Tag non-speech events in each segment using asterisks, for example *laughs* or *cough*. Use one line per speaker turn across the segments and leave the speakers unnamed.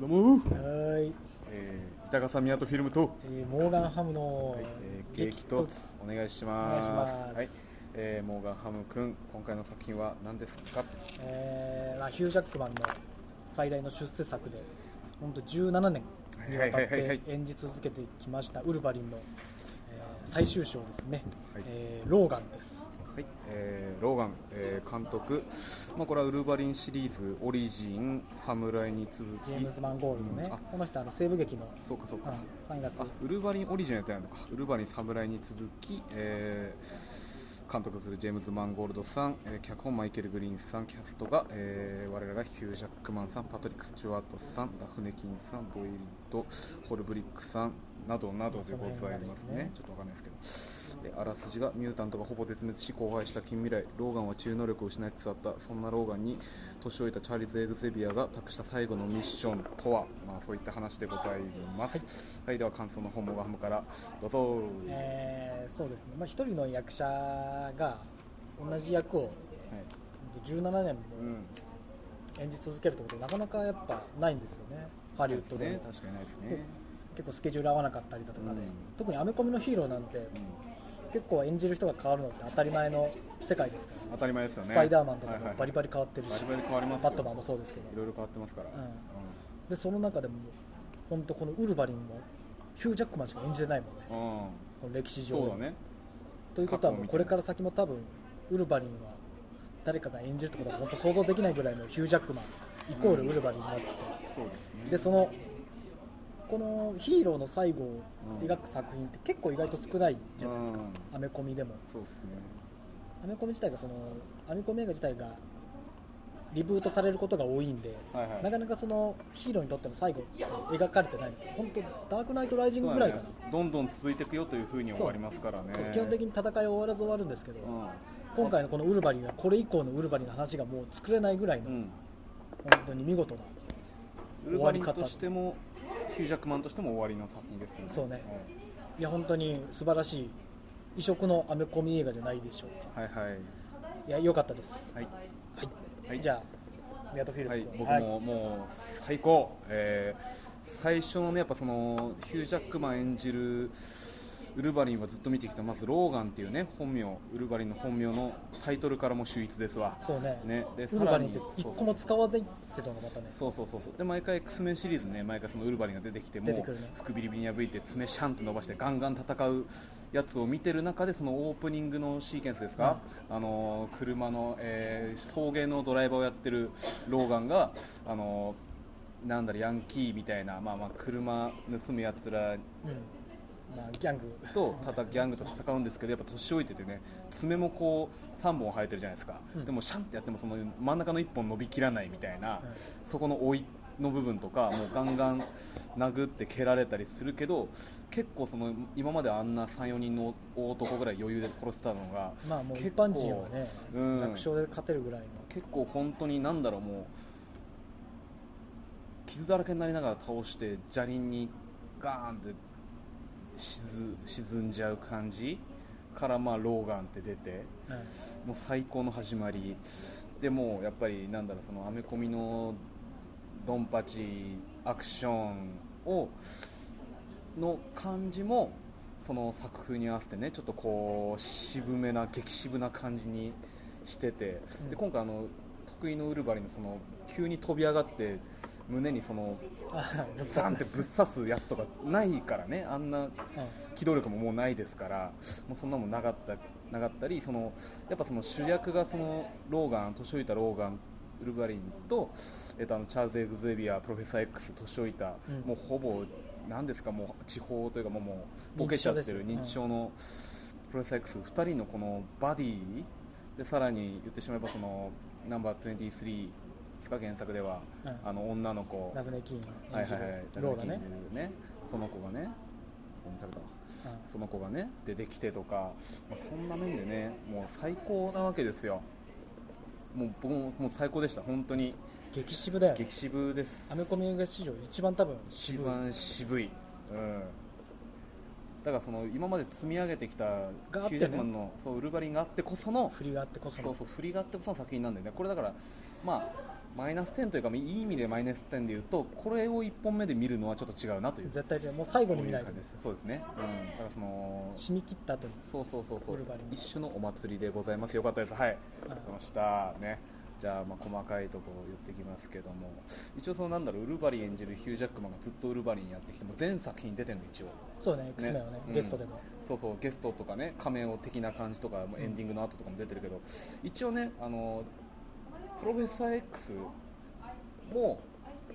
どうも、
はい、
えー、板笠湊フィルムと、
えー、モーガンハムの
はいえー、激突お願いします
お願いします
はいえー、モーガンハム君今回の作品は何ですか
えーまあ、ヒュー・ジャックマンの最大の出世作で本当17年にわた
はい
っ
はいはいはい
て演じ続けてきましたウルヴァリンの、えー最終章ですね、
はい
えーローガンです
はい、えーローガン、えー監督、まあ、これはウルヴァリンシリーズ、オリジン、侍に続き、
ジェームズ・マンゴールド
う
ね、
んあ
この人あの西部劇の、
そうかそう
う
か、
ん、3月
あウルヴァリンオリジンやってないのか、ウルヴァリン侍に続き、えー監督するジェームズ・マンゴールドさん、えー脚本マイケル・グリーンさん、キャストが、えー我らがヒュー・ジャックマンさん、パトリック・スチュワートさん、ダフネ・キンさん、ボイルド・ホルブリックさんなどなどでございますね、ちょっとわかんないですけど、であらすじがミュータントがほぼ絶滅し、荒廃した近未来、ローガンは治癒能力を失いつつあった、そんなローガンに年老いたチャーリーズ・エグゼビアが託した最後のミッションとは、まあ、そういった話でございます。はい、では感想の本もがハムからどうぞ。はい、
えーそうですね、まあ、一人の役者が同じ役を17年も
うん、
演じ続けるってことなかなかやっぱないんですよねハ
ハ
リウッドでも
ね、確かにないですね。
結構スケジュール合わなかったりだとかで、
うん
特にアメコミのヒーローなんて
うん
結構演じる人が変わるのって当たり前の世界ですから、
当たり前ですよね。
スパイダーマンとか
はいは
も
い
バリバリ変わってるし、
バリバリ変わりますよ。
バットマンもそうですけ
い
ど
ろいろ変わってますから。
うんでその中でも本当このウルヴァリンもヒュー・ジャックマンしか演じてないもんね
うん。うん
この歴史上
そうだね。
ということ
過去
は
を
も
見
う
て
これから先も多分ウルヴァリンは誰かが演じるってことは本当想像できないぐらいのヒュー・ジャックマンイコールウルヴァリンになってて、
そうですね。
でそのこのヒーローの最後を描く作品って結構意外と少ないじゃないですか、
う
アメコミでも
そうですね。
アメコミ自体がそのアメコミ映画自体がリブートされることが多いんで、
はいはい。
なかなかそのヒーローにとっての最後って描かれてないんですよ本当ダークナイトライジングぐらいかな
そうだねどんどん続いていくよというふうに終わりますからね
そう基本的
に
に戦いは終わらず終わるんですけど、
う
今回のこのウルヴァリンはこれ以降のウルヴァリンの話がもう作れないぐらいの、
ん、
本当に見事な
うん、ウル
終
ヴ
わ
ァ
り
リン
方
としてもヒュージャックマンとしても終わりの作品ですよね
そうねいや本当に素晴らしい異色のアメコミ映画じゃないでしょうか
うんはいはい
いや良かったです
はい
はい、
はい
じゃあミアトフィルム
はい、
君
僕も、もう最高、えー最初のねやっぱそのヒュー・ジャックマン演じるウルヴァリンはずっと見てきたまずローガンっていうね本名ウルヴァリンの本名のタイトルからも秀逸ですわ
そうね
ねで
ウルヴァリンって
さらに
一個も使わないってたのがまたね
そうそうそうそうで毎回 X メンシリーズね毎回そのウルヴァリンが出てきても
出てくるね
服ビリビリに破いて爪シャンって伸ばしてガンガン戦うやつを見てる中でそのオープニングのシーケンスですか、あのー車の、えー送迎のドライバーをやってるローガンがあのーなんだろヤンキーみたいな、まあ、まあ車盗むやつら
うんまあギャング
とたたギャングと戦うんですけどやっぱ年老いててね爪もこう3本生えてるじゃないですか、
うん
でもシャンってやってもその真ん中の1本伸びきらないみたいな、
うん
そこの老いの部分とかもうガンガン殴って蹴られたりするけど結構その今まであんな34人の大男ぐらい余裕で殺してたのが *laughs*
まあもう一
結構
般人はね
うん
楽勝で勝てるぐらいの
結構本当になんだろうもう傷だらけになりながら倒して砂利にガーンって沈沈んじゃう感じからまあローガンって出て
うん
もう最高の始まりでもうやっぱりなんだろうそのアメコミのドンパチアクションをの感じもその作風に合わせてねちょっとこう渋めな激渋な感じにしてて、
うん
で今回あの得意のウルヴァリンのその急に飛び上がって胸にその
あぶっ
*laughs* ザンって
刺す *laughs*
ぶっ刺すやつとかないからねあんな機動力ももうないですからもうそんなもんなかったなかったりそのやっぱその主役がそのローガン年老いたローガンウルヴァリンと、えっと、あのチャールズ・エグゼビアプロフェッサー X 年老いた、
うん
もうほぼ何ですかもう地方というかもうもう
認
ボ
知
ケちゃ
症
っ
です
て
よ
る認知症のプロフェッサー X2 人のこのバディでさらに言ってしまえばそのナンバー23ですか原作では、
うん
あの女の子
うんラブネキーン
はい
演
は
じ
いは
る
い
ローがね
ダブルキーンっていうねその子がねごめんなさいだわ
うん
その子がね出てきてとか、まあ、そんな面でねもう最高なわけですよもう僕ももう最高でした本当に
激渋だよね
激渋です
アメコミ映画史上一番多分
一
渋い
番渋い、うん、だからその今まで積み上げてきたヒ
が
ュー
あってね
ジャックマンのそうウルヴァリンがあってこその
振りがあってこそ
そう
の
そう振りがあってこその作品なんだよねこれだからまあマイナス10というかいい意味でマイナス10で言うとこれを1本目で見るのはちょっと違うなという
絶対違うもう最後に見ない
そ
と
うう感じですそうですね、うん、だからその
締め切った後に
そうそうそうそ
ウ
う
ルヴァリン
一種のお祭りでございますよかったですはい
あ
わかりましたねじゃあまあ細かいところ言ってきますけども一応そのなんだろうウルヴァリン演じるヒュー・ジャックマンがずっとウルヴァリンやってきてもう全作品出てるの一応
そうね X メンはね
うん
ゲストでも、
そうそうゲストとかね仮面を的な感じとかもうエンディングの後とかも出てるけど、一応ねあのプロフェッサー X も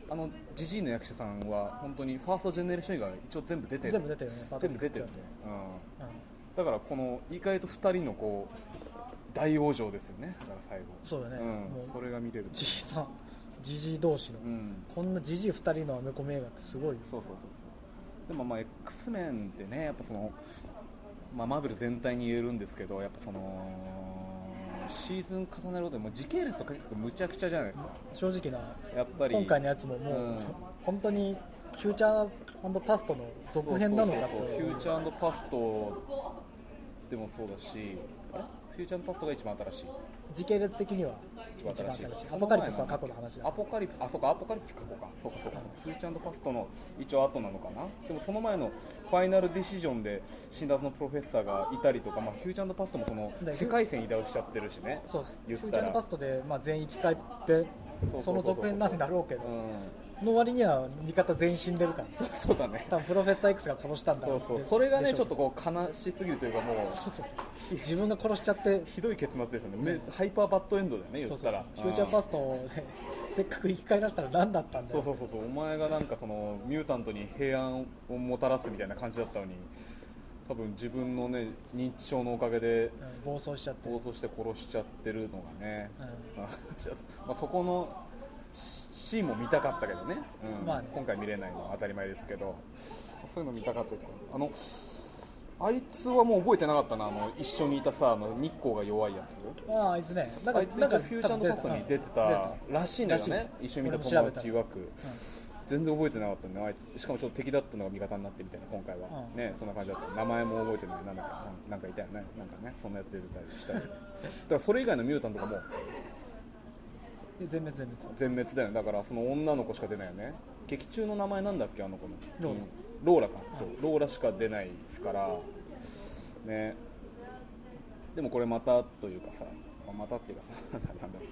あのジジイの役者さんは本当にファーストジェネレーション以外一応全部出てる
全部出てるよねパトリ
全
ッ
部
ク
出てるんで、
うん
うん、だからこの意外と2人のこう大往生ですよねだから最後
そうだね、も
うん、そうれが見れる
じじいさんじじい同士の、
うん
こんなじじい2人のアメコミ映画ってすごいよ
そうそうそうそうでもまあ X メンってねやっぱその、まあ、マーベル全体に言えるんですけどやっぱそのシーズン重ねることでもう時系列とか結構むちゃくちゃじゃないですか
正直な
やっぱり
今回のやつももう、
うん
本当にフューチャーパストの続編なのかと
そうそうそうフューチャーパストでもそうだしあれフューチャーパストが一番新しい
時系列的には
一
一
番
番
新
新
し
し
い
いアポカリプスは過去の話
ア
だ
ポカリプスあそうかアポカリプス過去かそうかそうかフューチャーパストの一応後なのかなでもその前のファイナルディシジョンで辛辣のプロフェッサーがいたりとか、まあ、フューチャーパストもその
だ
世界線移動しちゃってるしね
そうですフ
言
ュ
ったら
ーチャーパストで、まあ、全員生き返って
そうそうそうそう
その続編なんだろうけど
うん
の割には味方全員死んでるから
そうそうだね
多分プロフェッサー X が殺したんだ
そ
ろ
うそう
で
それがね
で
ち
し
ょっ
ょう
とこう悲しすぎるというかも
そううそうそう自分が殺しちゃって
ひどい結末ですよねめハイパーバッドエンドだよね言
そう
っ
そ
た
うそう
ら
フューチャーパ
ス
ストを、ね、せっかく生き返らせたら何だったんだ
そ
よ
うそうそうそうお前がなんかそのミュータントに平安をもたらすみたいな感じだったのに多分自分のね認知症のおかげで
うん暴走しちゃって、う
暴
ん、
走して殺しちゃってるのがね、 *laughs* まあちょっとまあそこのシシーンも見たかったけどね,、うん
まあね
今回見れないのは当たり前ですけどそういうの見たかったけどあのあいつはもう覚えてなかったなあの一緒にいたさあの日光が弱いやつ
あああいつねなん
あ
か
いつ一
なんか
応フューチャーパストに出てたらしいんだよね一緒に見た友達曰く全然覚えてなかったんだよあいつしかもちょっと敵だったのが味方になってみたいな今回は、
うん
ねそんな感じだった名前も覚えてないなんだっけなんなんかいたよねなんかねそんなやってたりした *laughs* よねだからそれ以外のミュータンとかも
うん全滅全滅
全滅だよねだからその女の子しか出ないよね劇中の名前なんだっけあの子の
ロー
ロ
ラ
ーラかそうローラしか出ないからねでもこれまたというかさまたっていうかさ *laughs* なんだろう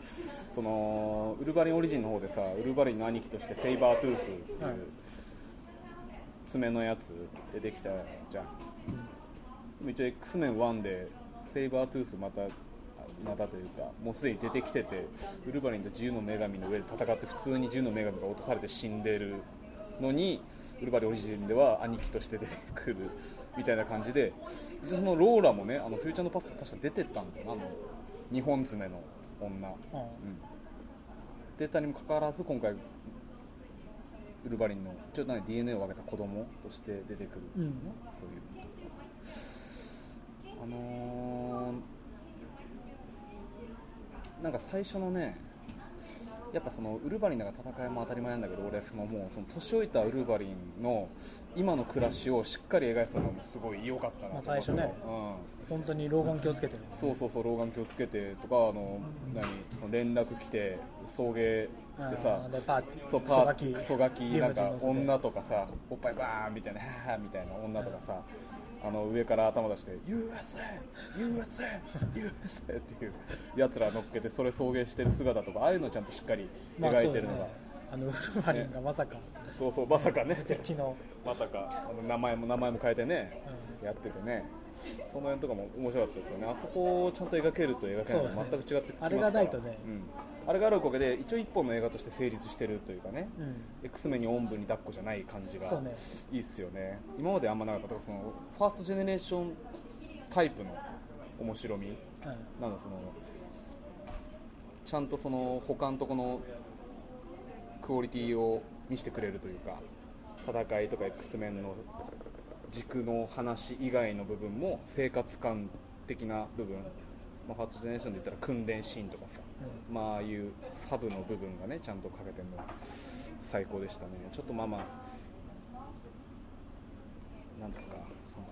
そのウルヴァリンオリジンの方でさウルヴァリンの兄貴としてセイバートゥースっていう
はい
爪のやつ出てきたじゃんでも一応 X メン1でセイバートゥースまたあまたというかもうすでに出てきててウルヴァリンと自由の女神の上で戦って普通に自由の女神が落とされて死んでるのにウルヴァリンオリジンでは兄貴として出てくるみたいな感じで一応そのローラもねあのフューチャーのパスタ確か出てたんだよなあの日本爪の女、
うん
うん、出たにもかかわらず今回ウルヴァリンのちょっと何 DNA を分けた子供として出てくる、
うん
そういうあのーなんか最初のねやっぱそのウルヴァリンだから戦いも当たり前なんだけど俺はそのもうその年老いたウルヴァリンの今の暮らしをしっかり描いてたのもすごい良かった
ま
な
あ
と思って
最初ね
うん
本当に老眼気をつけてる、
そうそうそう老眼鏡つけてとかあの何その連絡来て送迎で
うん
さ
でパーティー
そうパー
クソガキ
クソガキ
リ
な
ム
ん
ジン
か
乗せて
女とかさおっぱいバーンみたいなははみたいな女とかさあの上から頭出して「USAUSAUSA」っていうやつら乗っけてそれ送迎してる姿とかああいうのをちゃんとしっかり
まあ
描いてるの
そうだ
が
ねあのウルヴァリンがまさか
そうそうまさかね
*laughs* 敵の、
まさかあの名前も名前も変えてね
う
やっててねその辺とかも面白かったですよねあそこをちゃんと描けると描けないのは全く違ってきますから
そうだねあれがないとね
うん、あれがあるおかげで一応一本の映画として成立してるというかね、
んうん、
X メンにおんぶに抱っこじゃない感じが
そうね
いいっすよね今まであんまなかっただからそのファーストジェネレーションタイプの面白み
う
なんだそのちゃんとその他のとこのクオリティを見せてくれるというか戦いとか X メンの軸の話以外の部分も生活感的な部分、まあ、ファーストジェネレーションで言ったら訓練シーンとかさ、
う
まあああいうサブの部分がねちゃんとかけても最高でしたねちょっとまあまあなんですかその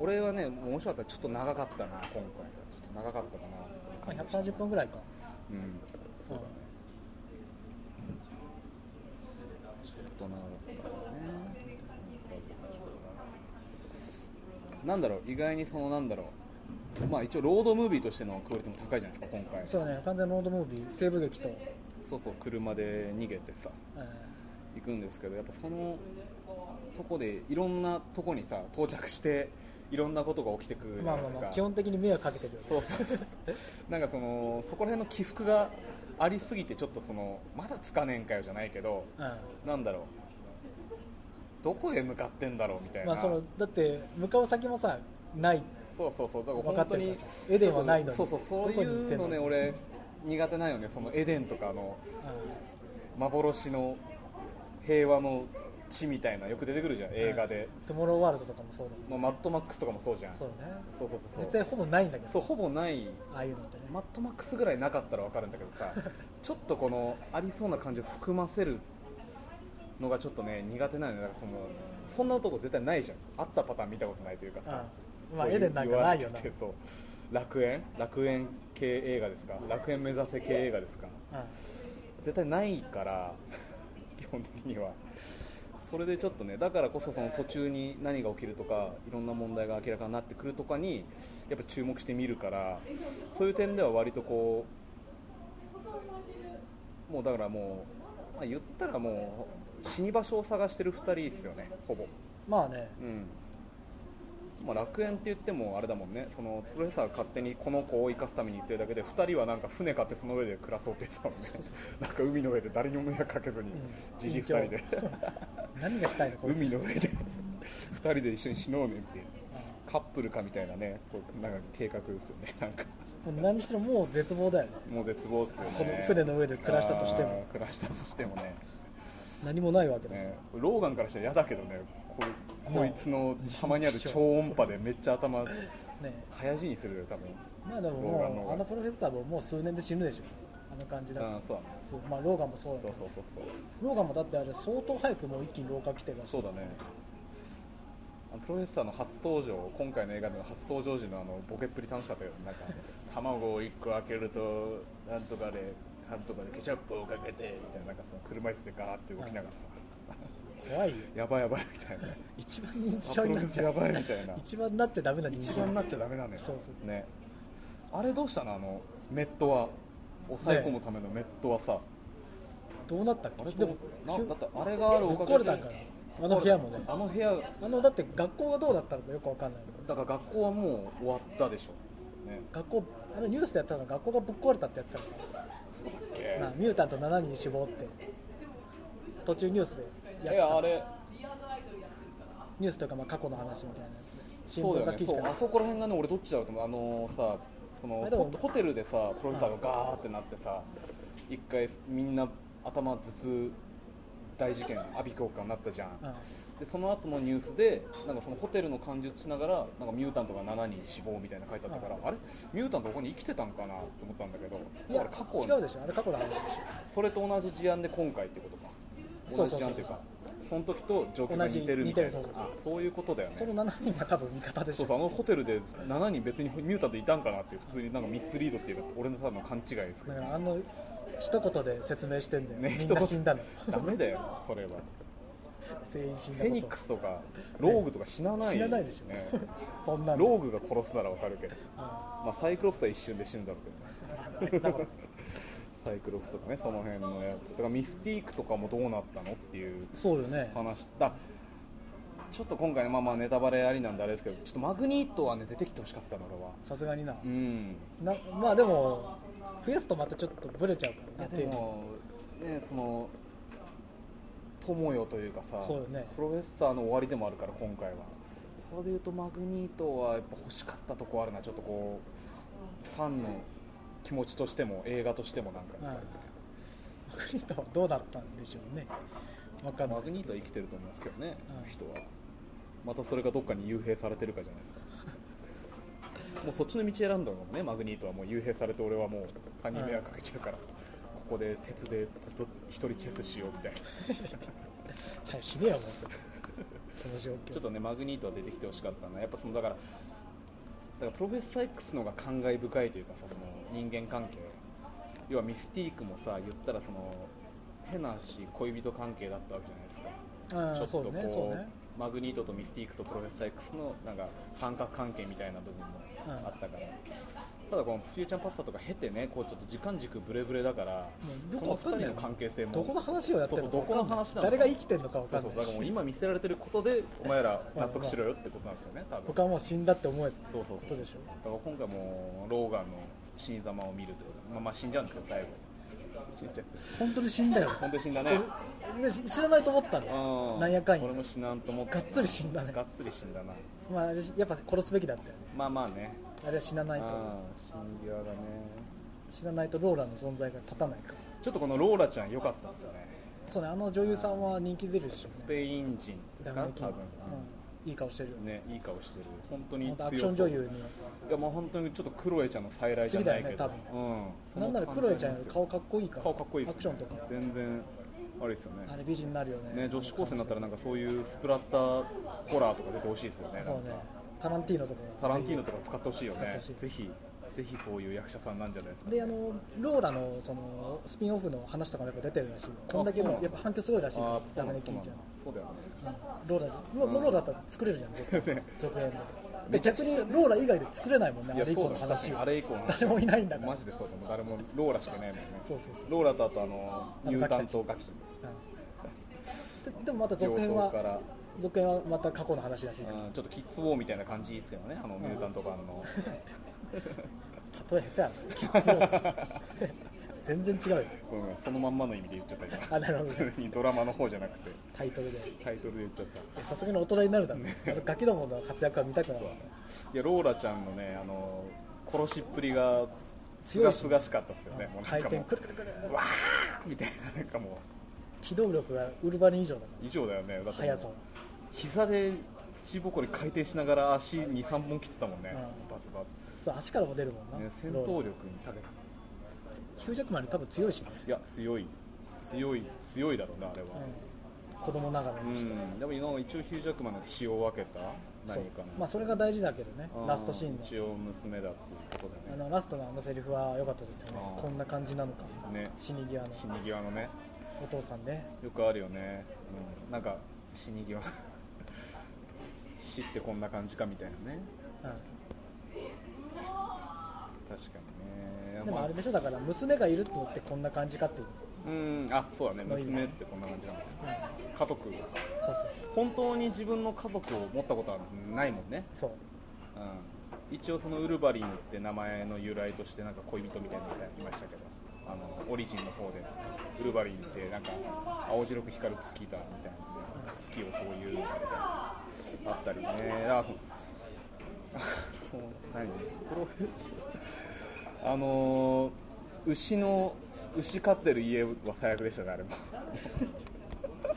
俺はね面白かったちょっと長かったな今回ちょっと長かったかなって
ん、
感じでした
170分ぐらいか
うんそうだねと長かったねなんだろう意外にそのなんだろうまあ一応ロードムービーとしてのクオリティも高いじゃないですか今回
そうね完全ロードムービー西部劇と、
そうそう車で逃げてさ
え
行くんですけどやっぱそのとこでいろんなとこにさ到着していろんなことが起きてくる
ー
じ
ま
ゃ
あ
ない
ま
です
あ
か、
まあ基本的に迷惑かけてるよね
そうそう *laughs* そうそうなんかそのそこら辺の起伏がありすぎてちょっとそのまだつかねえんかよじゃないけど
う
なんだろうどこへ向かってんだろうみたい
ん
な、
まあ、そのだって向かう先もさない
そうそうそうだから
分か
本
っ
当
てる
に
からさエデンはないのに
そうそうそうい
どこに行って
うん
の
のね俺苦手なんよねそのエデンとかの
う
幻の平和の地みたいなよく出てくるじゃん
ん
映画で、
トゥモローワールドとかもそうだもん
まあ、マッドマックスとかもそうじゃん
そうね
そうそうそう
実
そ
際
う
ほぼないんだけど
そうほぼない
ああいうのってね、
マッドマックスぐらいなかったら分かるんだけど
*laughs*
さちょっとこのありそうな感じを含ませるのがちょっとね苦手なんだよだからそのそんな男絶対ないじゃんあったパターン見たことないというかさ、
うんまあ
そういう
エデンなんかないよな
言われててそう楽園楽園系映画ですか楽園目指せ系映画ですか
う
絶対ないから *laughs* 基本的にはそれでちょっとねだからこそその途中に何が起きるとかいろんな問題が明らかになってくるとかにやっぱ注目してみるからそういう点では割とこうもうだからもう、まあ、言ったらもう死に場所を探してる2人ですよねほぼ
ん、まあね
うんまあ、楽園って言ってもあれだもんねそのプロフェッサーが勝手にこの子を生かすために言ってるだけで2人はなんか船買ってその上で暮らそうって言ってたもんねなんか海の上で誰にも迷惑かけずに
うん
じじ2人で
何がしたいのこいつ
海の上で2人で一緒に死のうねっていう
う
カップルかみたいなねこうなんか計画ですよねなんか
んもう何しろもう絶望だよね
もう絶望っすよね
その船の上で暮らしたとしても
あー暮らしたとしてもね
何もないわけだ、
ねローガンからしたら嫌だけどねこいこいつのたまにある超音波でめっちゃ頭
ね
早死にするよ多分
まあでも
ローガンの方
もう
が
あのプロフェッサーももう数年で死ぬでしょあの感じだと
うんそう
普通まあローガンもそう
だ
だ
ね
け
そう
ど
そうそうそ
ローガンもだってあれ相当早くもう一気に老化来てる
うそうだねあのプロフェッサーの初登場今回の映画での初登場時のあのボケっぷり楽しかったけど
*laughs*
なんか卵を1個開けるとなんとかでなんとかでケチャップをかけてみたいななんかその車椅子でガーって動きながらさ、
怖いよ
やばいやばいみたいな
一番認知
あ
症
プ
に
ロ
な
フェッ
っ
サー
ちゃ
や
う
ばいみたいな
一番なっちゃダメな人
一
間
番なっちゃダメなのよ
そうそう
ねあれどうしたのあのメットは抑え込むためのメットはさ、
どうなったっ
あ
け
れでもなだってあれがある
ぶ
お
っ
かげで
壊れたんかなあの部屋もね
あの部屋
あのだって学校がどうだったのかよくわかんない
だから学校はもう終わったでしょね
学校あのニュースでやったのは学校がぶっ壊れたってやってたのか
そうだっ
ら、まあ
け
ミュータント7人死亡って途中ニュースでやった
いやあれ
ニュースとかまあ過去の話みたいなやつで新
そう
聞
だ
が
よ
記
ね
事
そ
か
うあそこら辺がね俺どっちだろうと思うあのさその
あでも
ホホテルでさプロフェッサーがガーってなってさ一回みんな頭頭痛大事件阿鼻教官になったじゃん、
うん
でその後のニュースでなんかそのホテルの感じをしながらなんかミュータントが7人死亡みたいなの書いてあったから、あれミュータントここに生きてたんかなと思ったんだけど
い
だ
や
から過去
違うでしょあれ過去の話でし
それと同じ事案で今回ってことか
そ
同
うそ
じ事
うそう
案っていうかその時と状況が似てるみたいな
同じ似てるそうそうそう
あそういうことだよ
ょこ
ね
の7人が多分味方でし
そ
ょ
うそうあのホテルで7人別にミュータントいたんかなっていう普通になんかミスリードっていうか俺のただの勘違いですけ
だ
ど
からあの一言で説明してんだよ、
ね
みんな死んだの
ダメだよそ
*laughs*
れは
全員死
フ
んだこと
ェニックスとかローグとか死なない、
死なないでしょ、
ね
そんなの
ローグが殺すならわかるけど
あ
まあ、サイクロプスは一瞬で死ぬだろうけ
*laughs*
どねサイクロプスとかねその辺のやつだからミスティークとかもどうなったのっていう
そうよね
話だちょっと今回ねまあまあネタバレありなんであれですけどちょっとマグニートはね出てきてほしかったの俺は
さすがにな,、
うん
なまあでも増やすとまたちょっとブレちゃう
い
か
や
らな
でもねその友よというかさ
そうよね
プロフェッサーの終わりでもあるから今回はそれでいうとマグニートはやっぱ欲しかったとこあるなちょっとこうファンの気持ちとしても映画としてもなんか、
うんマグニートはどうだったんでしょうねわかんない
マグニートは生きてると思いますけどね、
うん
人はまたそれがどっかに幽閉されてるかじゃないです
*laughs*
かもうそっちの道選んだのもねマグニートはもう幽閉されて俺はもう他人迷惑かけちゃうから、ここで鉄でずっと一人チェスしようみたい
*laughs*
な
はいひでえよもうそれその状況
ちょっとねマグニートは出てきてほしかったなやっぱそのだからだからプロフェッサー X の方が感慨深いというかさその人間関係要はミスティークもさ言ったらその変な話恋人関係だったわけじゃないですか
あ
ちょっ
あ
と
そう
こう
ねそうね
マグニートとミスティークとプロフェッサー X のなんか三角関係みたいな部分もあったから、ただこのフューチャーパスタとか経てねこうちょっと時間軸ブレブレだから
もうよ
そ
く
の2人
わかんない
の関係性も
どこの話をやってるのかわかんない
そうそうどこの話なのか
誰が生きてるのか分
そ
か
うんそ
な
うだからもう
いし
今見せられてることでお前ら納得しろよってことなんですよね多分
僕はもう死んだって思える
そうそう
こ
そ
と
う
でしょ
だから今回もうローガンの死に様を見るというかまあまあ死んじゃうんですけど最後死んじゃう
本当に死んだよ
本当に死んだ *laughs* ね
俺し知らないと思ったの
う
なんやかんや
俺も死なんと思って
がっつり死んだね
がっつり死んだな
まああれやっぱ殺すべきだったよね
まあまあね
あれは死なないと
ああ死に際だね
死なないとローラの存在が立たないから
ちょっとこのローラちゃん良かったですね
そうねあの女優さんは人気出るでしょうね
スペイン人です
ダ
か
メキン
多分、
うん、いい顔してるよね
ねいい顔してる本当
ほ
に
んとアクショ
強
ン
そ
女
う
優に
いやもう本当にちょっとクロエちゃんの再来じゃないけど
次だよね
うんそ
な
の
んならクロエちゃんより顔
感
かっこいいか
じ顔
ら
かっこいいです、ね、
アクションとか
全然あれですよね
あれ美人になるよね
ね女子高生になったらなん
か
かそういうスプラッターホラーとか出てほしいですよね
そうねタランティーノとか
タランティーノとか使ってほしいよ
使って
ね
ほしい
ぜひぜひそういう役者さんなんじゃないですか、ね、
であのローラのそのスピンオフの話とかもやっぱ出てるらしいよこんだけ
そう
も
なん
う
だ
やっぱ反響すごいらしい
あ
か
ーそ
ら
う
ダ
な
メ
ん
に
だ
キンちゃん
そうだよね
ローラでロローラだったら作れ
*laughs*
るじゃん続編
ね
続編でで逆にローラ以外で作れないもんね
い
あ
や
れ以
そ
降
う
の
だ確か
話
に
を
あれ以降の話
誰もいないんだから
マジでそうだもう誰もローラしかいないもんね
そうそうそう
ローラとあとあの
あの
ニュータンと
ガ
ガキ
うんででもまた続
両
編
*laughs* 党か
は
ら、
続編はまた過去の話らしいから
うん、ちょっとキッズウォーみたいな感じですけどねあのニュータント版の
例え下手やなキッズウォーク全然違うよ
ごめんごめんそのまんまの意味で言っちゃった今
あなるほど
それにドラマの方じゃなくて
タイトルで
タイトルで言っちゃった
さすがに大人になるだろうあのガキどもの活躍は見たくなる
そういやローラちゃんのねあの殺しっぷりがすす
強い
が
し
すがしかったですよねもうな
回
んか
転
も
くるくるくる
うわーみたいななんかも
機動力がウルバリン以上だか
う以上だよねだっ
ら
ても
速
う
さも
膝で土ぼこり回転しながら足23本切ってたもんね、
うん
スパスパ
そう足からも出るもんな、
ね、戦闘
力
力にたけ
ヒュージャックマンに多分強いしね、
いや強い強い強いだろうなあれは
うん、子供ながら
うん、
にして、
でも今一応ヒュージャックマンの血を分けた
そう
何かの
まあ、それが大事だけどね
うん
ラストシーンの
一応娘だっていうこと
あ
だね
のラストのあのセリフは良かったですよね
あー
こんな感じなのか
ね
死に際の
死に際のね
お父さんね
よくあるよね、うん、なんか死に際 *laughs* 死ってこんな感じかみたいなね
う
確かにね
ん、で
ま
もあれでしょだから娘がいるって思ってこんな感じかっていう、
うんあそうだね
まあいいね
娘ってこんな感じなんだね
うん、
家族
そうそうそう
本当に自分の家族を持ったことはないもんね、
そう
うん、一応そのウルヴァリンって名前の由来としてなんか恋人みたいなのがいましたけどあのオリジンの方でウルヴァリンってなんか青白く光る月だみたいな、ね、月をそういうのがあったりねあそうあの *laughs* 何プロフェッサーあのー牛の牛飼ってる家は最悪でしたねあれも *laughs*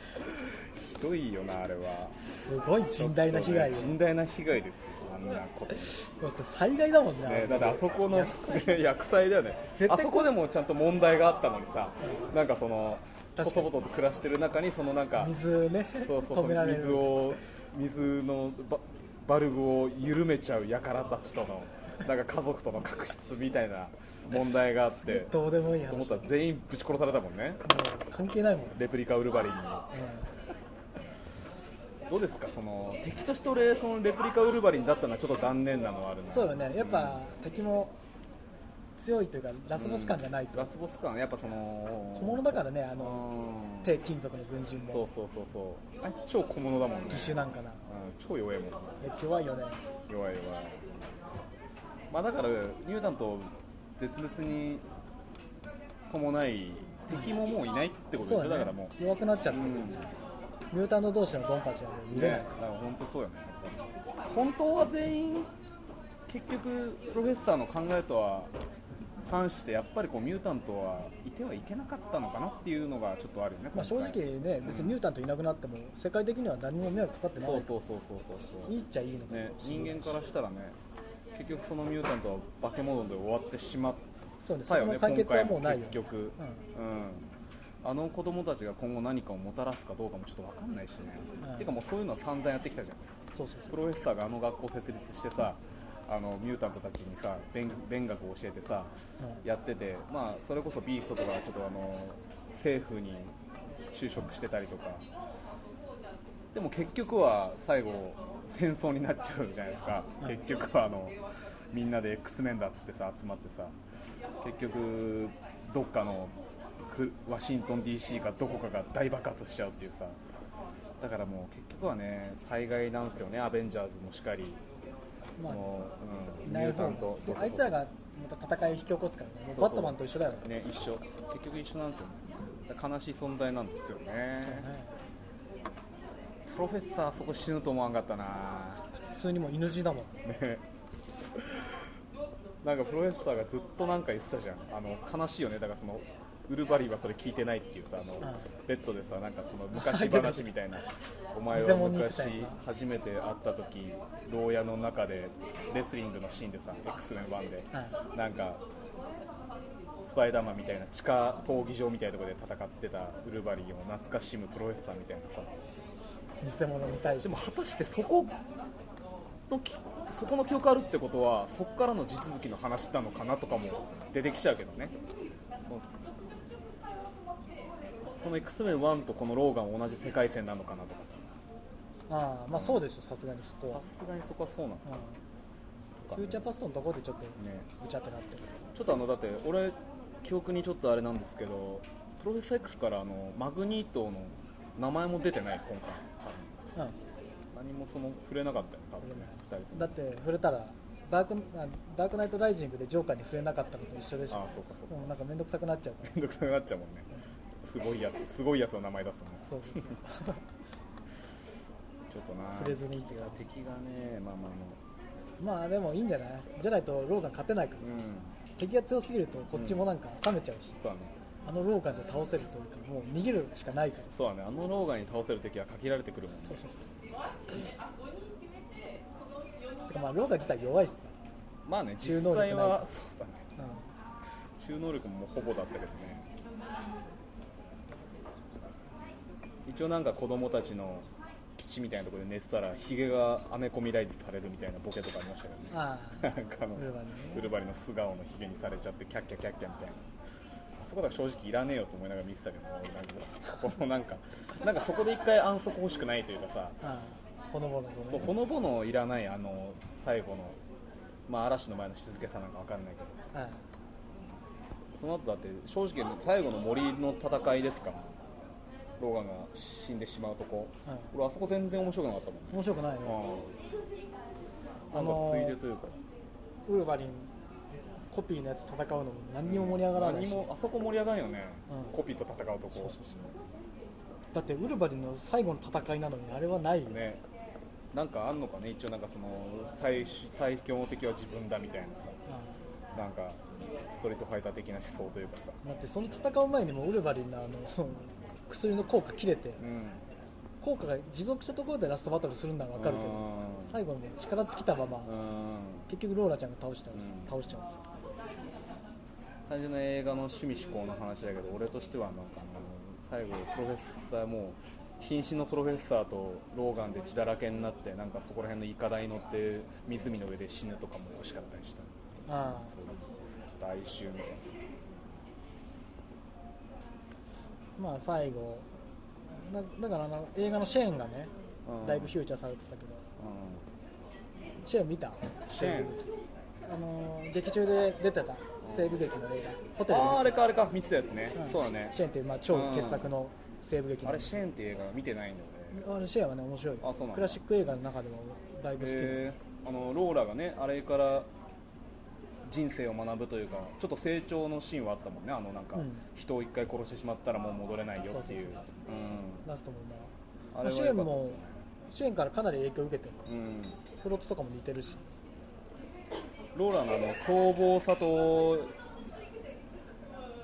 ひどいよなあれは
すごい甚大な被害を、
甚大な被害ですよあんなこと
もう災害だもんね
ねだってあそこの
いや
ね *laughs* 薬剤だよね
絶対こ
あそこでもちゃんと問題があったのにさなんかその
確か
細
に
々と暮らしてる中にそのなんか
水ね
そうそうそ
止めら
う
れる
水を水のババルブを緩めちゃう輩たちとのなんか家族との確執みたいな問題があってと
どうでもいい話
思った
も
ら全員ぶち殺されたもんね
う関係ないもん、うん、
レプリカウルヴァリンにどうですかその敵として俺そのレプリカウルヴァリンだったのはちょっと残念なのはあるな
そうよねやっ
うん
ぱ、敵も強いというかラスボス感がない
うん
と、
ラスボス感やっぱその
小物だからねあ
あ
の
の
低金属の軍人
そう
も
そうそうそうあいつ超小物だもんね
義手なんか
うん
な
超弱いもん
ね弱いよね
弱い弱いまあだからニュータンと絶滅に伴い敵ももういないってことでし
そ
ょ
う
だ,、
だ,、ね、
からも
弱くなっちゃっ
う、う
て、
ん、ね
ミュータント同士のドンパチはもう見れない、
だから本当そうやね本当は全員結局プロフェッサーの考えとは反してやっぱりこうミュータントはいてはいけなかったのかなっていうのがちょっとあるよね、
まあ、正
今回
直ね別にミュータントいなくなっても世界的には何も迷惑かかってない
そうそうそうそうそうそう
いいっちゃいいのかも
ね、
しれ
人
ない
間からしたらね結局そのミュータントは化け物で終わってしまっ
そうねそ
た
れ
よ
も
ね
解
今
決は
回
もう
も
ないよ
結局、うんあの子供たちが今後何かをもたらすかどうかもちょっと分かんないしね、
うん
てかもうそういうのは散々やってきたじゃん
そうそう
プロフェッサーがあの学校設立してさあのミュータントたちにさ勉勉学を教えてさ
そう、うん
やってて、まあ、それこそビーストとかちょっとあの政府に就職してたりとかでも結局は最後戦争になっちゃうじゃないですか
うん
結局はあのみんなで X メンだっつってさ集まってさ結局どっかのくワシントン DC かどこかが大爆発しちゃうっていうさだからもう結局はね災害なんですよねアベンジャーズもしかり、そ
まあ
のうん、ミ
ない
ュー
方
タン
も
ト
そ
そうう
あ
そうそう
いつらがまた戦い引き起こすからねも
そう
う
そう
バットマンと一緒だよね
ね一緒結局一緒なんですよねだから悲しい存在なんですよね
そうね
プロフェッサーあそこ死ぬと思わんかったな
普通にもう犬死だもん
ねなんかプロフェッサーがずっとなんか言ってたじゃんあの悲しいよねだからそのウルバリンはそれ聞いてないっていうさあの、
ん
ベッドでさなんかその昔話みたい
*laughs*
なお前は
偽物に行って
昔
たやつな
初めて会った時牢屋の中でレスリングのシーンでさ X メン1で、
は
なんかスパイダーマンみたいな地下闘技場みたいなところで戦ってたウルバリンを懐かしむプロフェッサーみたいなさ
偽物に対し
で
て
も果たしてそこのきそこの記憶あるってことはそこからの地続きの話なのかなとかも出てきちゃうけどねもうその X メン1とこのローガン同じ世界線なのかなとか
ああまあそうでしょさすがにそこ
さ
は
さ、すがにそこはそうなの
うん、フューチャーパストのところでちょっと
ね
ぐちゃってなってる
ちょっとあのだって俺記憶にちょっとあれなんですけどプロフェッサー X からあのマグニートの名前も出てない今回
う
多分何もその触れなかったよ多分ね2人と
ん
も
だって触れたらダークあダークナイトライジングでジョーカーに触れなかったのと一緒でし
あ
ょ
あそうかそうか
もうなんか面倒くさくなっちゃうから
めんどくさくなっちゃうもんねすごいやつすごいやつの名前出すもんね
そう
*laughs*
そうそう
ちょっとな
触れずにっていう
敵がねまあまあ
まあでもいいんじゃないじゃないとローガン勝てないから、
まあうん
敵が強すぎるとこっちもなんか冷めちゃうし、
そうだね
あのローガンで倒せるというかもう逃げるしかないから
そうだねあのローガンに倒せる敵は限られてくるもんね
そうそうそうてかまあローガン自体弱いしさ、
まあね
中
実
能力ない
際はそうだね
う
中能力もほぼだったけどね一応なんか子供たちの基地みたいなところで寝てたらヒゲがアメコミライズされるみたいなボケとかありましたけど
ん、
ね
ああ
なんかあの
ウルヴァリンね
ウルヴァリンの素顔のヒゲにされちゃってキャッキャキャッキャみたいなあそこだから正直いらねえよと思いながら見てたけど俺なんかここのなんかなんかそこで一回安息欲しくないというかさ
ああほのぼのとね
そうほのぼのいらないあの最後のまあ嵐の前の静けさなんかわかんないけど
ああ
その後だって正直最後の森の戦いですからローガンが死んでしまうとこ
うん
俺あそこ全然面白くなかったもんね
面白くないね、
うんなんかついでというか、
ウルヴァリンコピーのやつ戦うのも何にも盛り上がらないし、
何もあそこ盛り上がるよね、
うん
コピーと戦うとこ
そうそうそうだってウルヴァリンの最後の戦いなのにあれはないよね
ねなんかあんのかね一応なんかその最最強の敵は自分だみたいなさ
う
なんかストリートファイター的な思想というかさ
んだってその戦う前にもウルヴァリンのあ *laughs* の薬の効果切れて
うん
効果が持続したところでラストバトルするならわかるけど
うん
最後の力尽きたまま
うん
結局ローラちゃんが倒しちゃう、
うん
倒しちゃうんです
最初の映画の趣味思考の話だけど俺としてはなんかあの最後プロフェッサーもう瀕死のプロフェッサーとローガンで血だらけになってなんかそこら辺のイカダに乗って湖の上で死ぬとかも欲しかったりした
あ
そういうちょっと哀愁みたいな
あまあ最後だだからあの映画のシェーンがね
うん
だいぶフューチャーされてたけど、
う
シェーン見た
んシェーン
あのー劇中で出てた西部劇の映画ホテル
あああれかあれか見てたやつね、
ん
そうだね
シェーンっていう、まあ、超傑作の西部劇
あ
なん
れ
で
シェーンっていう映画見てないんだよね
あれシェーンはね面白いよ
あそうなんだ
クラシック映画の中でもだいぶ好きな、
えーあのローラがねあれから人生を学ぶというかちょっと成長のシーンはあったもんねあのなんか、
うん
人を一回殺してしまったらもう戻れないよっていう
そうそうそうラストもま
うん
あ
あ
まあ
れ
シ
は
ェ
良
ーン
かったですよ
も
ね
シェーンからかなり影響を受けてる
うん
プロットとかも似てるし
ローラのあの凶暴さと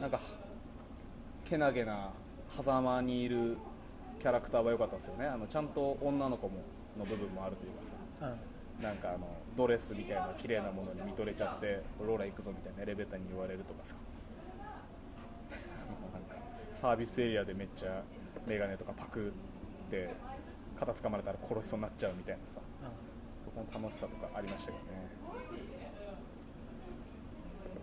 なんかけなげな狭間にいるキャラクターは良かったですよねあのちゃんと女の子もの部分もあるというかさ
うん
なんかあのドレスみたいな綺麗なものに見とれちゃってローラ行くぞみたいなエレベーターに言われるとかさ *laughs* なんかサービスエリアでめっちゃメガネとかパクって肩つかまれたら殺しそうになっちゃうみたいなさそこの楽しさとかありましたけどね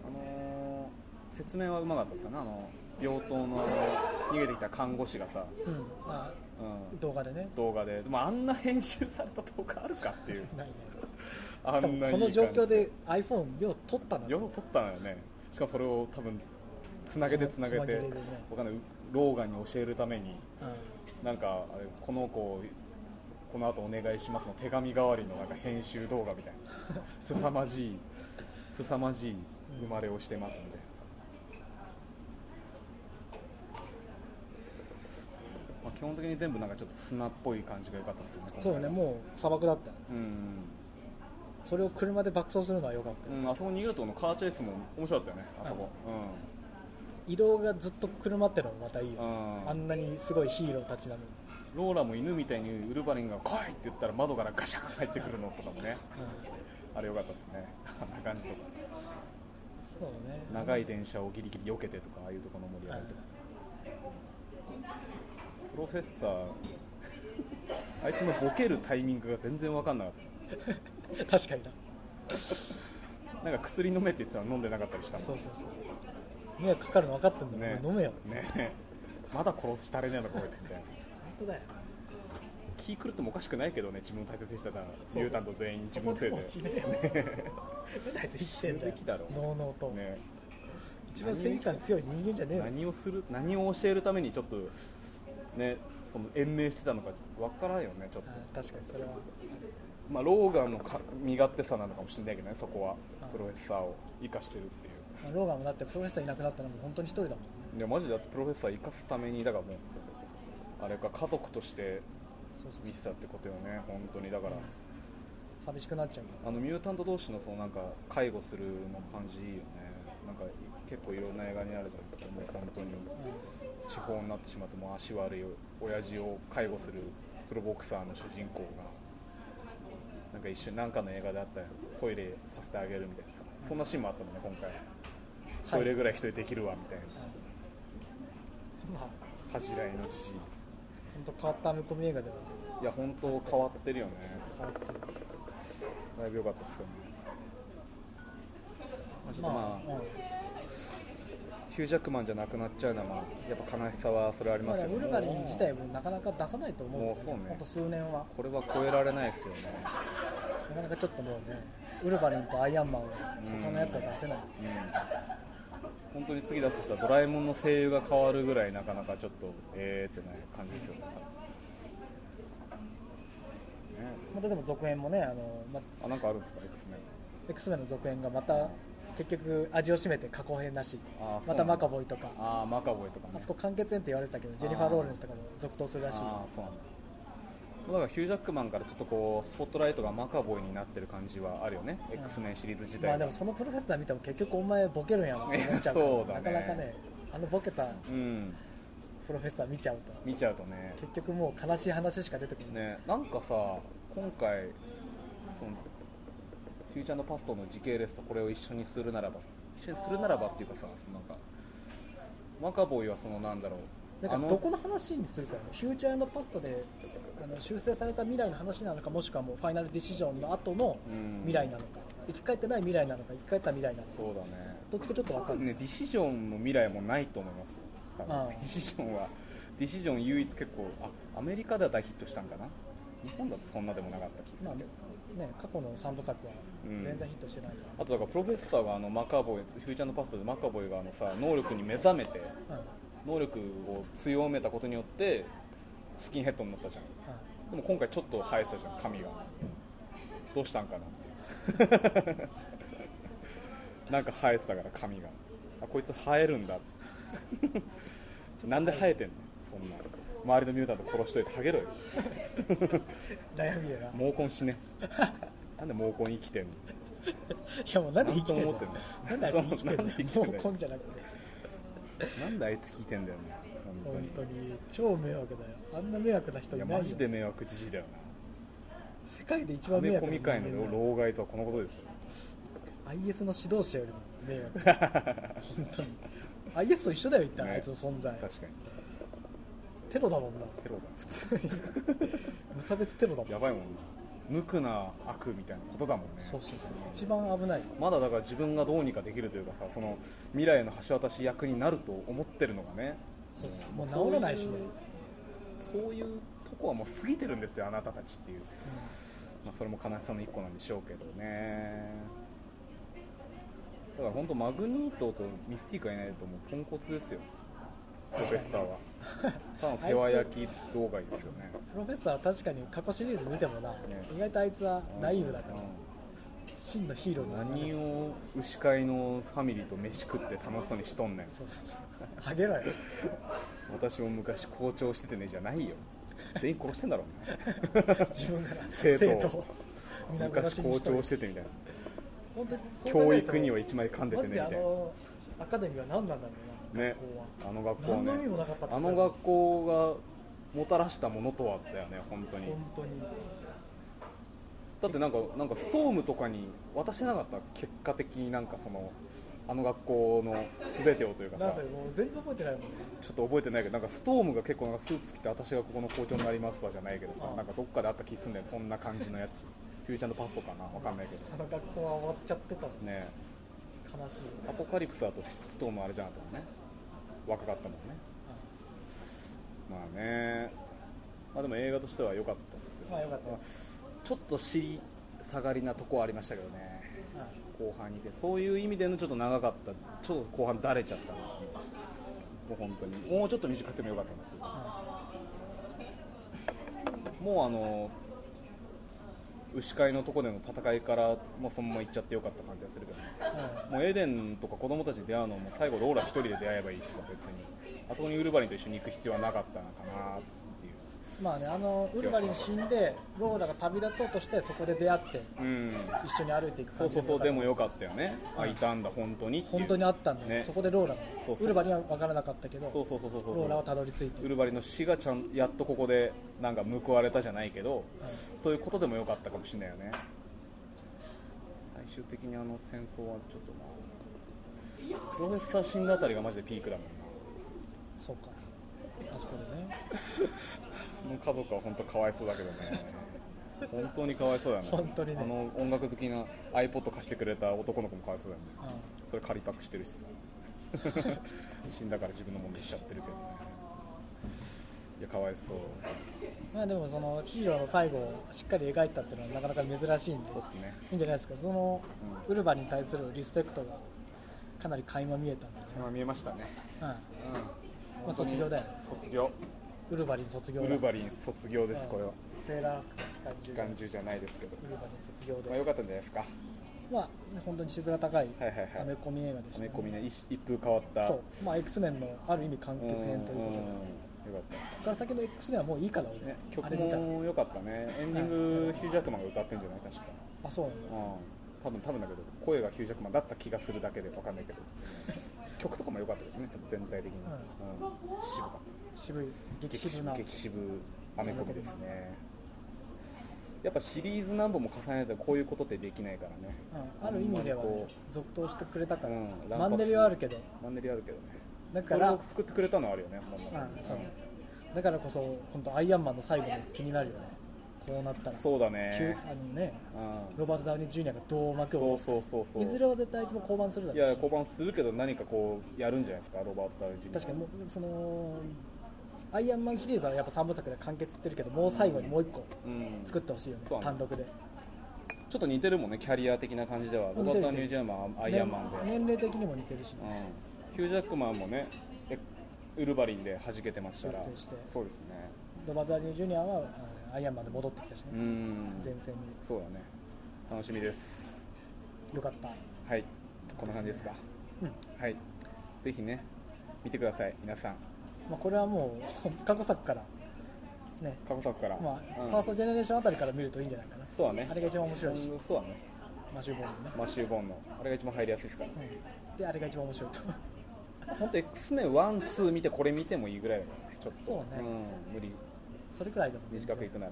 あのー説明はうまかったですよねあの病棟の逃げてきた看護師がさ、
うんあ
うん、
動画でね
動画ででもあんな編集された動画あるかっていう
ないね
あ
*laughs* しか
ん
も
な
こ
い
の
い
状
感じ
況で iPhone よう撮ったな
よう撮ったのよねしかもそれを多分つなげてつなげ
つなげ
て
れるね
わかんない老眼に教えるために
う
なんかあれこの子をこの後お願いしますの手紙代わりのなんか編集動画みたい
*laughs*
な凄まじい凄まじい生まれをしてますんで、まあ、基本的に全部なんかちょっと砂っぽい感じが良かったですよね
んそうねもう砂漠だったよ
ううん、
それを車で爆走するのは良かった
う
よ
ん、あそこ逃げるとこのカーチェイスも面白かったよねあそこ
移動がずっと車ってのもまたいいよ
う、ん、
あ
うん、
んなにすごいヒーローたちなのに、
ローラも犬みたいにウルヴァリンが「来い!」って言ったら窓からガシャン入ってくるのとかもねあれ良かったですねあんな感じとか
そうね
長い電車をギリギリ避けてとかああいうところの盛り上がりとかプロフェッサーあいつのボケるタイミングが全然分かんなかっ
うん *laughs* 確かにな
たなんか薬飲めって言ってたの飲んでなかったりしたもん
そうそうそう迷惑かかるの分かってんだよ、
ね
もう飲めよ
ねえまだ殺したれねえのかこいつみたいな
本当だよ
気狂ってもおかしくないけどね自分を大切にしてたらユータンと全員自分のせいで
そこでもう死ねよなんであいつ生きてん
死ぬ
だよ
べきだろ
のうのうと、
ね
一番正義感強い人間じゃねえよ
何をする何を教えるためにちょっとねその延命してたのか分からんよねちょっと
あ確かにそれは
まあ、ローガンのか身勝手さなのかもしれないけどね、そこは
あ、
プロフェッサーを生かしてるっていう、
まあローガンもだってプロフェッサーいなくなったのも本当に一人だもんね
いやマジでだってプロフェッサー生かすために、だからもう、あれか、家族として
そうそう
見てたってことよね、本当に、だから、
寂しくなっちゃう
あのミュータント同士のそのなんか介護するの感じ、いいよね、なんか結構いろんな映画になるじゃないですか、もう本当に、
から、うん
地方になってしまって、もう足悪い親父を介護するプロボクサーの主人公が、なんか一瞬、なんかの映画であったよ、トイレさせてあげるみたいなさ、そんなシーンもあったもんね、今回、トイレぐらい一人できるわみたいな、
まあ
恥じらいの父、い
本当変わったアメコミ映画では
や、本当、変わってるよね、
変わってる
だいぶ良かったですよね。まあちょっとまあ、ヒュージャックマンじゃなくなっちゃうのは、まあ、やっぱ悲しさはそれはあり
うん、ま
ま
あ
すけど
ウルヴァリン自体もなかなか出さないと思う
もうそうね
ほんと数年は
これは超えられないですよね。
なかなかちょっともうねウルヴァリンとアイアンマンは他のやつは出せない、
うん本当に次出すとしたらドラえもんの声優が変わるぐらいなかなかちょっとえーってない感じですよねね
またでも続編もねあの、ま、
あなんかあるんですか X メン
X メンの続編がまた結局味を占めて過去編なし
あーそうな
また
んだ
マカボイとか
ああマカボイとかね
あそこ完結編って言われてたけどジェニファー・ローレンスとかも続投するらしい
ああそうなんだだからヒュージャックマンからちょっとこうスポットライトがマカボイになってる感じはあるよね、
うん
X メンシリーズ自体
ま
が
あでもそのプロフェッサー見ても結局お前ボケるんやろって思っちゃう
*laughs* いや
から
そうだね
なかなかねあのボケた
うん
プロフェッサー見ちゃうと
見ちゃうとね
結局もう悲しい話しか出てこない、
ねなんかさ今回そのフューチャーパストの時系列とこれを一緒にするならば一緒にするならばっていうかさそのなんかマカボーイはそのなんだろう
なんかどこの話にするかよフューチャーパストであの修正された未来の話なのかもしくはもうファイナルディシジョンの後の
うん
未来なのか生き返ってない未来なのか生き返った未来なのか
そうだね
どっちかちょっと
多
分かん
分
ない
ねディシジョンの未来もないと思いますよ多分
ああ
ディシジョンはディシジョン唯一結構あアメリカでは大ヒットしたんかな日本だとそんなでもなかった気が
ますあ
るけ
ね
ど、
過去の3部作は
うん
全然ヒットしてないか
あとだからプロフェッサーがあのマカボーイフューチャーパストでマカボーイがあのさ能力に目覚めて
ら、うんうん
能力を強めたことによってスキンヘッドになったじゃんでも今回ちょっと生えてたじゃん髪がどうしたんかなっていう *laughs* なんか生えてたから髪があこいつ生えるんだ *laughs* なんで生えてんのそんな周りのミュータント殺しといてハゲろよ
悩みやな
毛根死ねなんで毛根生きてんの
いやもうなんで生きてん
な
の
んとも思
な
って
ん
んの
であいつ生きてん
*laughs*
の
なんで生きてんの
もう根じゃなくて
なんであいつ聞いてんだよね本当に
本当に超迷惑だよあんな迷惑な人
い
いな
や
いよ
マジで迷惑じじいだよ
世界で一
なア
番迷
メ
惑
コミ界の老害とはこのことですよ
IS の指導者よりも迷惑本当に IS と一緒だよ一旦、
ね
あいつの存在
確かに
テロだもんな
テロだ普通
無差別テロだもん
やばいもんな無垢な悪みたいなことだもんね
そうそうそう一番危ない
まだだから自分がどうにかできるというかさその未来への橋渡し役になると思ってるのがね
そうそうもう治らないしね
そういうそういうとこはもう過ぎてるんですよあなたたちっていう、まあ、それも悲しさの一個なんでしょうけどねだから本当マグニートとミスティークがいないともうポンコツですよプロフェッサーは多分世話焼き動画ですよね
プロフェッサーは確かに過去シリーズ見てもな、
ね
意外とあいつは *laughs* ナイーブだから、
うん
真のヒーローになる
何を牛飼いのファミリーと飯食って楽しそうにしとんねん
そうそうそうハゲろ
*laughs*
よ
私も昔校長しててねじゃないよ全員殺してんだろお前
自分が
生徒を
を皆殺し
昔校
にしたり
長しててみたいな
本当にそう考
教
えると
育には一枚噛んでて
マ
ね
ジ
み
で
た
あ
いな
のアカデミーは何なんだろうな
ね
学校は
あの学校
何の意味
ね
もなかったって
あの学校がもたらしたものとはだよね本当に
本当に
だってなんかなんかストームとかに渡してなかった結果的になんかそのあの学校の全てをというか
なん
さ
かもう全然覚えてないもん
ちょっと覚えてないけどなんかストームが結構なんかスーツ着て私がここの校長になりますわじゃないけどさ
ああ
なんかどっかであった気すんだよそんな感じのやつフューチャーのパストかなわかんないけど
あの学校は終わっちゃってたの
ね
悲しいよ
えア
ね
ポカリプスだとストームあれじゃなかったもんね若かったもんねまあねまあでも映画としては良かったっすよ
まあよかったよ
ちょっと尻下がりなとこはありましたけどね
はい
後半にでそういう意味でのちょっと長かったちょっと後半だれちゃったなっていうもう本当にもうちょっと短くてもよかったなっていう
は
もうあの牛飼いのとこでの戦いからもうそのまま行っちゃってよかった感じがするけどね
いは
もうエデンとか子供たちに出会うのも最後ローラ一人で出会えばいいしさ別にあそこにウルヴァリンと一緒に行く必要はなかったのかなっていう
いまあねあのウルヴァリン死んでローラが旅立とうとしてそこで出会って
うん
一緒に歩いていく
そ
感
う
じ
そうそうでも
よ
よかったよねあいたんだ本当にっていう
本当にあったんだよ、
ね
そこでローラが
そうそう
ウルヴァリンは分からなかったけど
そうそうそうそうそう
ローラはたどり着いて
ウルヴァリンの死がちゃんやっとここでなんか報われたじゃないけど
はい
そういうことでもよかったかもしれないよね最終的にあの戦争はちょっとなプロフェッサー死んだあたりがマジでピークだもん
そうかあそこでね
なあの家族は本当かわいそうだけど
*laughs*
ね本当にかわいそうだよね
本当にね
あの音楽好きな iPod 貸してくれた男の子もかわいそうだよね
う
それ仮パクしてるし
*laughs*
さ死んだから自分のものにしちゃってるけどねいやかわいそうん
まあでもそのヒーローの最後をしっかり描いたっていうのはなかなか珍しいんで
そうっすね
いいんじゃないですかその
う
ウルヴァに対するリスペクトがかなり垣間見えたんで、
まあ見えましたね
は
うん
まあ卒業だよね
卒業
い、ウルヴァリン卒業
ウ
だ
ルヴァリン卒業です
うん
これは
セーラー服と機
機
関
関
銃
銃じゃないですけど
ウルヴァリン卒業で、
まあ良かったんじゃないですかは
まあ本当に質が高い
いはいはい
アメコミ映画でした、
ねこみね一一風変わった
そうまあ X メンのある意味完
うん
結編ということで
ん
こ
よかっ
こから先の X メンはもういいから俺、
たね
あ
曲
れ見たら
も良かったねエンディングヒュージャックマンが歌ってんじゃない確か
あそうなんだ
うん多分多分だけど声がヒュージャックマンだった気がするだけでわかんないけど曲とかも良かったけどね全体的にうん渋かった
渋い激
激
渋な
渋激渋アメコミですねやっぱシリーズ何本も重ねてこういうことってできないからね
うんある意味では、ね、続投してくれたから、
うん
マンネリはあるけど
マンネリあるけどね
だから、
それを救ってくれたのはあるよねほんま
うんそうだからこそ本当アイアンマンの最後も気になるよねこうなったら
そうだ
急
ね
あのね
うん
ロバート・ダウニー・ジュニアがどう幕
そ
を
うそうそうそう
いずれは絶対あいつも降板するだ
い
ろうし
や交番するけど何かこうやるんじゃないですかロバート・ダウニー・ジュニア
確かにもうそのアイアンマンシリーズはやっぱ3部作で完結してるけどもう最後にもう1個
うん
作ってほしいよね、
そうだね
単独で
ちょっと似てるもんねキャリア的な感じではロバート・ダウニー・ジュニアもアイアンマンで
年年齢的にも似てるし、ね
うんヒュージャックマンもねえウルヴァリンで弾けてますから
出世して
そうですね
ロバート・ダウニー・ジュニアはあのアイアンマンで戻ってきたし
う
ね、
ん
前線に
そうだね楽しみです
よかった
はいこんな感じですか
うん
はいぜひね見てください皆さん
まあ、これはもう *laughs* 過去作からね
過去作から、
まあ、
うん
ファーストジェネレーションあたりから見るといいんじゃないかな
そうだね
あれが一番面白いし
うんそうだね
マシューボーンね、
マシュー・ボーンのあれが一番入りやすいですから
うん、であれが一番面白いと *laughs*
本当 X メン12見てこれ見てもいいぐらいだからねちょっと
そうね
ん、無理
それくらいでも全然
短くいくなら
う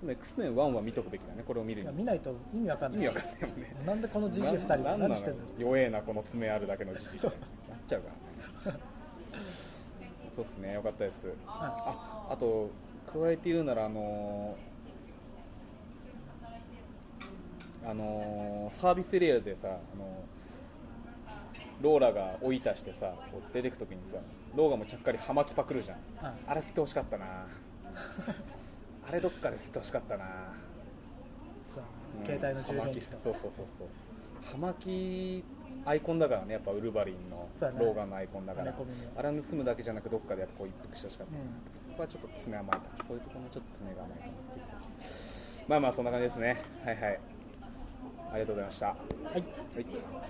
でも X メン1は見とくべきだねこれを見
ん
る
いや
に
見ないと意味わかん
意
ない
味わかんないもんね
なんでこのじじい2人
な
が
んなの
何してんの
弱えなこの爪あるだけのじじい
そう
なっちゃうからねそうっすねよかったです
うん
ああと加えて言うならあのーあのーサービスエリアでさ、あのーローラが追い出してさこう出てく時にさローガもちゃっかり葉巻パクるじゃん
はい
あれ吸ってほしかったな *laughs* あれどっかで吸ってほしかったな
そう
うん
携帯の充電器と
葉巻そうそうそうそう葉巻アイコンだからねやっぱウルヴァリンの
そうやね
ローガンのアイコンだから
アメコミの
あれは盗むだけじゃなくどっかでやっぱこう一服してほしかったな、
うん
そこはちょっと爪甘いかなそういうところもちょっと爪が甘いかなっていう感じまあまあそんな感じですねはいはいありがとうございました
はい
はい